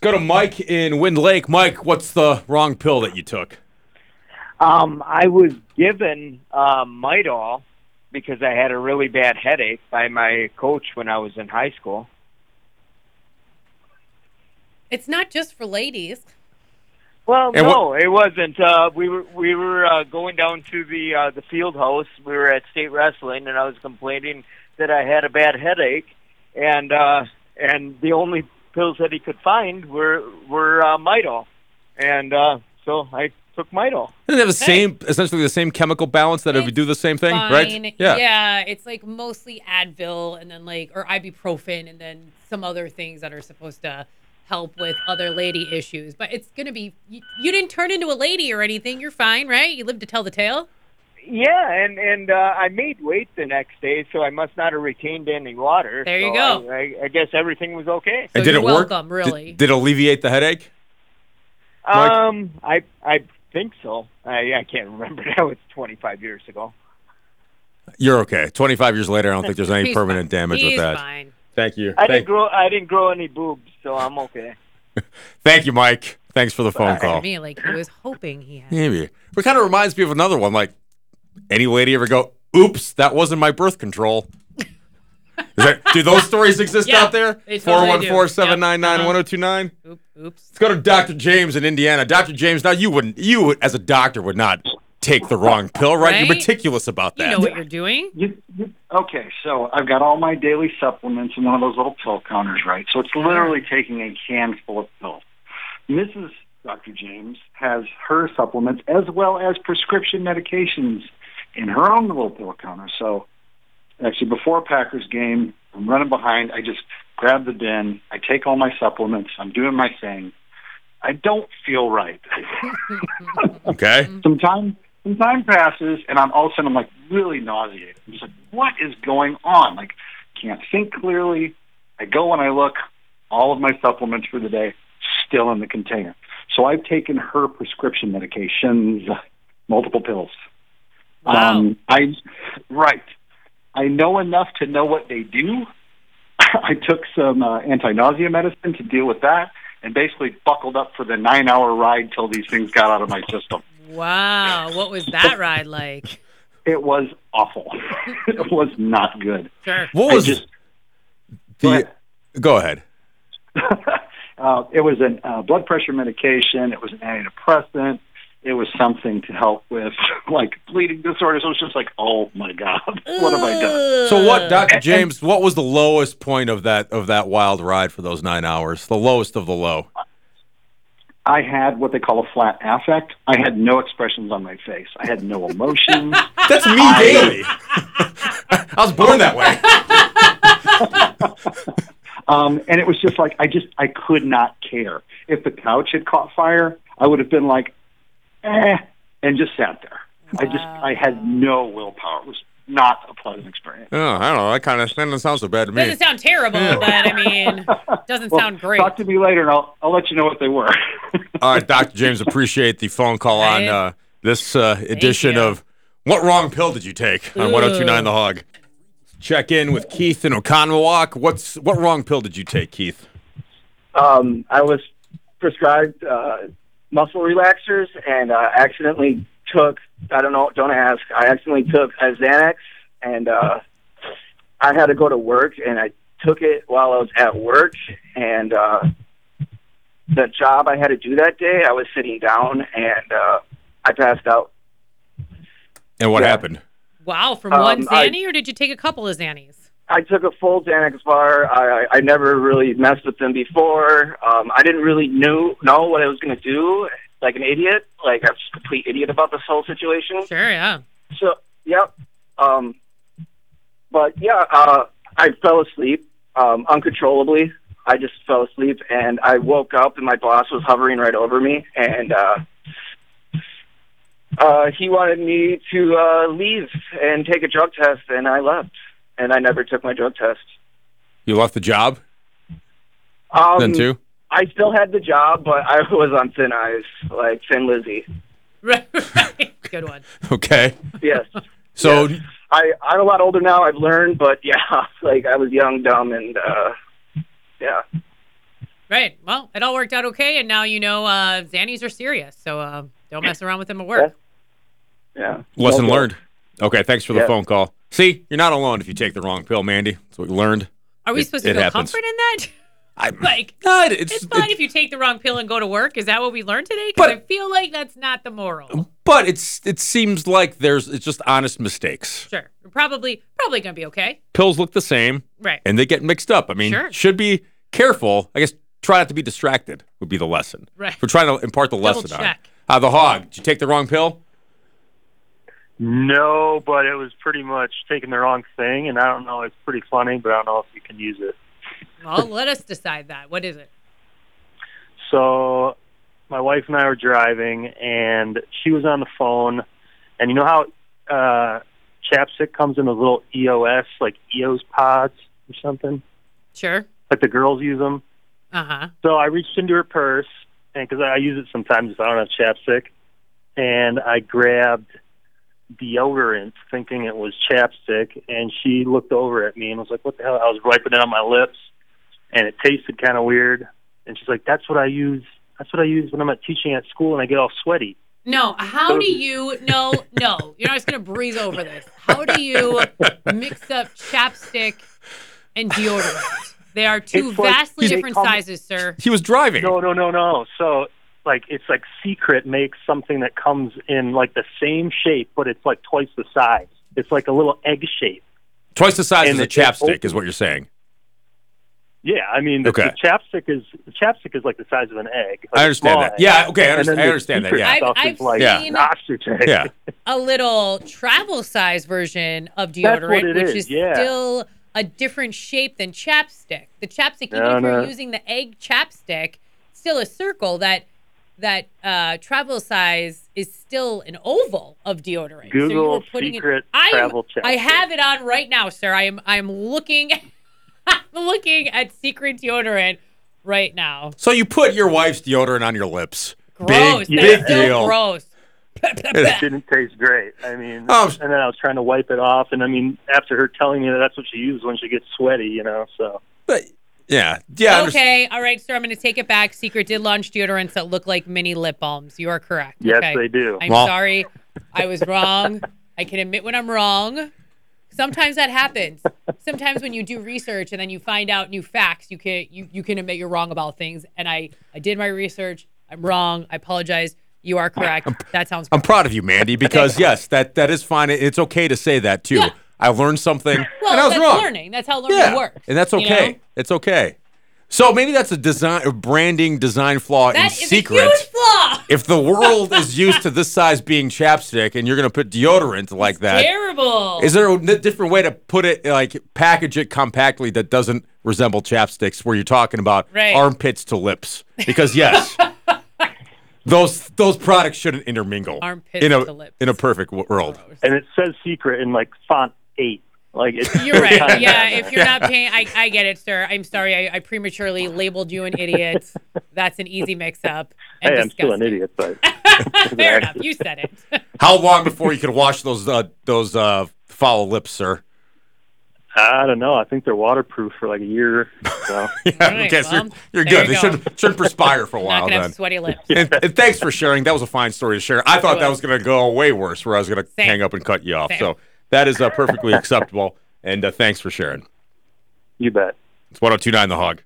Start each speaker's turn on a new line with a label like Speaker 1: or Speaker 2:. Speaker 1: go to Mike in Wind Lake. Mike, what's the wrong pill that you took?
Speaker 2: Um, I was given uh, Midol because I had a really bad headache by my coach when I was in high school.
Speaker 3: It's not just for ladies.
Speaker 2: Well,
Speaker 1: And
Speaker 2: no, it wasn't. Uh, we were we were uh, going down to the uh, the field house. We were at state wrestling, and I was complaining that I had a bad headache, and uh, and the only pills that he could find were were uh, Midol, and uh, so I took Midol.
Speaker 1: Doesn't it have the same, essentially the same chemical balance that if you do the same thing,
Speaker 3: Fine.
Speaker 1: right?
Speaker 3: Yeah. It's like mostly Advil and then like, or ibuprofen and then some other things that are supposed to help with other lady issues. But it's going to be, you, you didn't turn into a lady or anything. You're fine, right? You live to tell the tale.
Speaker 2: Yeah, and and uh, I made weight the next day, so I must not have retained any water.
Speaker 3: There you
Speaker 2: So
Speaker 3: go.
Speaker 2: I, I, I guess everything was okay.
Speaker 3: So
Speaker 1: And did
Speaker 3: you're
Speaker 1: it work?
Speaker 3: welcome,
Speaker 1: Did-
Speaker 3: really.
Speaker 1: Did, it alleviate the headache? Mike?
Speaker 2: Um, I I think so. I I can't remember. That was 25 years ago.
Speaker 1: You're okay. 25 years later, I don't think there's any
Speaker 3: He's
Speaker 1: permanent
Speaker 3: fine.
Speaker 1: damage
Speaker 3: He's
Speaker 1: with that.
Speaker 3: fine.
Speaker 1: Thank you.
Speaker 2: I didn't
Speaker 1: Thank,
Speaker 2: grow I didn't grow any boobs, so I'm okay.
Speaker 1: thank you, Mike. Thanks for the phone call.
Speaker 3: Me, like he was hoping he had.
Speaker 1: Maybe. But it kind of reminds me of another one. Like, any lady ever go, oops, that wasn't my birth control? Is that, do those stories exist
Speaker 3: Yeah,
Speaker 1: out there?
Speaker 3: they totally do. Uh-huh.
Speaker 1: 414 799 1029.
Speaker 3: Oop, oops.
Speaker 1: Let's go to Dr. James in Indiana. Dr. James, now you wouldn't, you would- as a doctor would not take the wrong pill, right? You're
Speaker 3: Right?
Speaker 1: meticulous about that.
Speaker 3: You know what you're doing.
Speaker 4: You, you, okay, so I've got all my daily supplements in one of those little pill counters, right? So it's literally taking a handful of pills. Mrs. Dr. James has her supplements as well as prescription medications in her own little pill counter. So actually, before a Packers game, I'm running behind. I just grab the bin. I take all my supplements. I'm doing my thing. I don't feel right.
Speaker 1: okay.
Speaker 4: some time some time passes and I'm all of a sudden I'm like really nauseated. I'm just like, what is going on? Like can't think clearly. I go and I look, all of my supplements for the day still in the container. So I've taken her prescription medications, uh, multiple pills.
Speaker 3: Wow.
Speaker 4: Um, I right. I know enough to know what they do. I took some uh, anti-nausea medicine to deal with that, and basically buckled up for the nine-hour ride till these things got out of my system.
Speaker 3: Wow. What was that ride like?
Speaker 4: It was awful. it was not good.
Speaker 3: Sure.
Speaker 1: What was
Speaker 4: I just
Speaker 1: the.
Speaker 4: go ahead.
Speaker 1: Go ahead.
Speaker 4: uh, it was a uh, blood pressure medication. It was an antidepressant. It was something to help with like bleeding disorders. It was just like, oh my god, what have I done?
Speaker 1: So
Speaker 4: Uh,
Speaker 1: what, Dr. James? What was the lowest point of that of that wild ride for those nine hours? The lowest of the low.
Speaker 4: I had what they call a flat affect. I had no expressions on my face. I had no emotions.
Speaker 1: That's me daily. I was born that way.
Speaker 4: Um, and it was just like I just I could not care. If the couch had caught fire, I would have been like, eh, and just sat there. I just I had no willpower. It was not a pleasant experience.
Speaker 1: Oh, I don't know. That kind of that doesn't sound so bad to me.
Speaker 3: Doesn't sound terrible, but I mean, doesn't
Speaker 4: Well,
Speaker 3: sound great.
Speaker 4: Talk to me later, and I'll I'll let you know what they were.
Speaker 1: All right, Dr. James, appreciate the phone call on
Speaker 3: Right.
Speaker 1: uh, this uh, edition
Speaker 3: you.
Speaker 1: of What Wrong Pill Did You Take on 1029 The Hog. Check in with Keith in Oconomowoc. What's what wrong pill did you take, Keith?
Speaker 5: um, I was prescribed uh, muscle relaxers and uh, accidentally took I don't know don't ask I accidentally took a Xanax and uh, I had to go to work and I took it while I was at work and uh, the job I had to do that day I was sitting down and uh, I passed out.
Speaker 1: And what
Speaker 5: Yeah.
Speaker 1: happened?
Speaker 3: Wow, from
Speaker 5: Um,
Speaker 3: one
Speaker 5: I-
Speaker 3: Zanny, or did you take a couple of Zannies?
Speaker 5: I took a full Xanax bar. I, I I never really messed with them before. Um, I didn't really knew know what I was going to do. Like an idiot, like I was a complete idiot about this whole situation.
Speaker 3: Sure, yeah.
Speaker 5: So, yep. Um, but yeah, uh, I fell asleep um, uncontrollably. I just fell asleep, and I woke up, and my boss was hovering right over me, and uh, uh, he wanted me to uh, leave and take a drug test, and I left, and I never took my drug test.
Speaker 1: You left the job
Speaker 5: Um,
Speaker 1: then too?
Speaker 5: I still had the job, but I was on thin ice, like Thin Lizzy.
Speaker 3: Right, right. Good one.
Speaker 1: Okay.
Speaker 5: Yes.
Speaker 1: So
Speaker 5: I I'm a lot older now. I've learned, but yeah, like I was young, dumb, and uh, yeah.
Speaker 3: Right. Well, it all worked out okay, and now you know uh, Xannies are serious, so uh, don't mess around with them at work.
Speaker 5: Yeah.
Speaker 1: Lesson
Speaker 5: No doubt.
Speaker 1: learned. Okay, thanks for the
Speaker 5: Yeah.
Speaker 1: phone call. See, you're not alone if you take the wrong pill, Mandy. That's what we learned.
Speaker 3: Are we
Speaker 1: It-
Speaker 3: supposed
Speaker 1: it
Speaker 3: to feel
Speaker 1: happens.
Speaker 3: comfort in that?
Speaker 1: I,
Speaker 3: like,
Speaker 1: No, it- it's,
Speaker 3: it's fine
Speaker 1: it-
Speaker 3: if you take the wrong pill and go to work. Is that what we learned today? Because I
Speaker 1: But- Um,
Speaker 3: feel like that's not the moral.
Speaker 1: but it's it seems like there's it's just honest mistakes.
Speaker 3: Sure. We're Probably, probably gonna be okay.
Speaker 1: Pills look the same
Speaker 3: Right.
Speaker 1: and they get mixed up. I mean,
Speaker 3: Sure.
Speaker 1: should be careful. I guess try not to be distracted would be the lesson.
Speaker 3: Right.
Speaker 1: We're trying to impart the
Speaker 3: Double
Speaker 1: lesson on.
Speaker 3: check.
Speaker 1: Uh, the hog. Did you take the wrong pill?
Speaker 6: No, but it was pretty much taking the wrong thing, and I don't know. It's pretty funny, but I don't know if you can use it.
Speaker 3: Well, let us decide that. What is it?
Speaker 6: So, my wife and I were driving, and she was on the phone, and you know how uh, Chapstick comes in those little EOS, like EOS pods or something,
Speaker 3: Sure.
Speaker 6: like the girls use them.
Speaker 3: Uh huh.
Speaker 6: So I reached into her purse, and because I use it sometimes if I don't have chapstick, and I grabbed deodorant, thinking it was chapstick, and she looked over at me and was like, "What the hell?" I was wiping it on my lips, and it tasted kind of weird. And she's like, "That's what I use. That's what I use when I'm at teaching at school, and I get all sweaty."
Speaker 3: No, how do you? No, no. You're not just gonna breeze over this. How do you mix up chapstick and deodorant? They are two
Speaker 6: It's like-
Speaker 3: vastly
Speaker 6: they
Speaker 3: different
Speaker 6: come-
Speaker 3: sizes, sir.
Speaker 1: He was driving.
Speaker 6: No, no, no, no. So like it's like secret makes something that comes in like the same shape, but it's like twice the size. It's like a little egg shape.
Speaker 1: Twice the size
Speaker 6: And
Speaker 1: as a
Speaker 6: it- it
Speaker 1: chapstick
Speaker 6: opens-
Speaker 1: is what you're saying.
Speaker 6: Yeah, I mean, the,
Speaker 1: Okay.
Speaker 6: the chapstick is the chapstick is like the size of an egg. like
Speaker 1: I understand
Speaker 6: a small
Speaker 1: that.
Speaker 6: egg.
Speaker 1: Yeah, okay, I
Speaker 6: And
Speaker 1: understand,
Speaker 6: then
Speaker 1: I
Speaker 6: the
Speaker 1: understand that.
Speaker 6: secret
Speaker 1: Yeah,
Speaker 6: stuff
Speaker 3: I've-
Speaker 6: is like
Speaker 3: I've
Speaker 1: seen-
Speaker 6: an ostrich egg.
Speaker 1: yeah.
Speaker 3: a little travel size version of
Speaker 6: That's what
Speaker 3: deodorant,
Speaker 6: it
Speaker 3: which is,
Speaker 6: is, yeah.
Speaker 3: still a different shape than chapstick. The chapstick, even
Speaker 6: No,
Speaker 3: if you're
Speaker 6: no.
Speaker 3: using the egg chapstick, still a circle. That that uh, travel size is still an oval of deodorant. so you were
Speaker 6: Google
Speaker 3: putting
Speaker 6: secret
Speaker 3: it, I am-
Speaker 6: travel chapstick.
Speaker 3: I have it on right now, sir. I am I'm looking I'm looking at secret deodorant right now.
Speaker 1: So you put your wife's deodorant on your lips.
Speaker 3: Gross.
Speaker 1: Big,
Speaker 3: That's
Speaker 1: big
Speaker 3: so
Speaker 1: deal.
Speaker 3: Gross.
Speaker 6: It didn't taste great. I mean,
Speaker 1: Oh, s-
Speaker 6: and then I was trying to wipe it off, and I mean, after her telling me that that's what she used when she gets sweaty, you know, so
Speaker 1: But yeah, yeah, I understand.
Speaker 3: okay, all right, sir. I'm going to take it back. Secret did launch deodorants that look like mini lip balms. You are correct.
Speaker 6: yes,
Speaker 3: okay.
Speaker 6: they do.
Speaker 3: I'm
Speaker 1: Well-
Speaker 3: sorry. I was wrong. I can admit when I'm wrong. Sometimes that happens. Sometimes when you do research and then you find out new facts, you can you, you can admit you're wrong about things. And I I did my research. I'm wrong. I apologize. You are correct. That sounds.
Speaker 1: I'm proud of you, Mandy, because yes, that that is fine. It- It's okay to say that too.
Speaker 3: Yeah.
Speaker 1: I learned something,
Speaker 3: well,
Speaker 1: and I was
Speaker 3: that's
Speaker 1: wrong.
Speaker 3: learning. That's how learning
Speaker 1: Yeah,
Speaker 3: works.
Speaker 1: and that's
Speaker 3: you know?
Speaker 1: okay. It's okay. So maybe that's a design, a branding design flaw in
Speaker 3: That is
Speaker 1: secret.
Speaker 3: a huge flaw.
Speaker 1: if the world is used to this size being chapstick, and you're gonna put deodorant like that, is
Speaker 3: Terrible.
Speaker 1: there a n- different way to put it, like package it compactly that doesn't resemble chapsticks, where you're talking about
Speaker 3: Right.
Speaker 1: armpits to lips? Because yes, those those products shouldn't intermingle
Speaker 3: Armpits
Speaker 1: in a
Speaker 3: to lips.
Speaker 1: in a perfect wo- world.
Speaker 6: And it says secret in like font eight. Like it's
Speaker 3: You're right.
Speaker 6: kinda-
Speaker 3: Yeah, if you're not paying, I, I get it, sir. I'm sorry. I, I prematurely labeled you an idiot. That's an easy mix-up. And
Speaker 6: Hey, I'm still an
Speaker 3: disgusting.
Speaker 6: idiot, but
Speaker 3: Fair enough. You said it.
Speaker 1: How long before you could wash those uh, those uh, foul lips, sir?
Speaker 6: I don't know. I think they're waterproof for like a year. So.
Speaker 3: right,
Speaker 1: okay, so
Speaker 3: well,
Speaker 1: you're, you're
Speaker 3: there
Speaker 1: good.
Speaker 3: you
Speaker 1: They
Speaker 3: go.
Speaker 1: shouldn't shouldn't perspire for a
Speaker 3: Not
Speaker 1: while
Speaker 3: gonna
Speaker 1: then.
Speaker 3: have sweaty lips.
Speaker 1: and, and thanks for sharing. That was a fine story to share. I thought that was going to go way worse, where I was going to
Speaker 3: Same.
Speaker 1: hang up and cut you off.
Speaker 3: Same.
Speaker 1: So that is uh, perfectly acceptable. And uh, thanks for sharing.
Speaker 6: you bet.
Speaker 1: It's 1029 The Hog.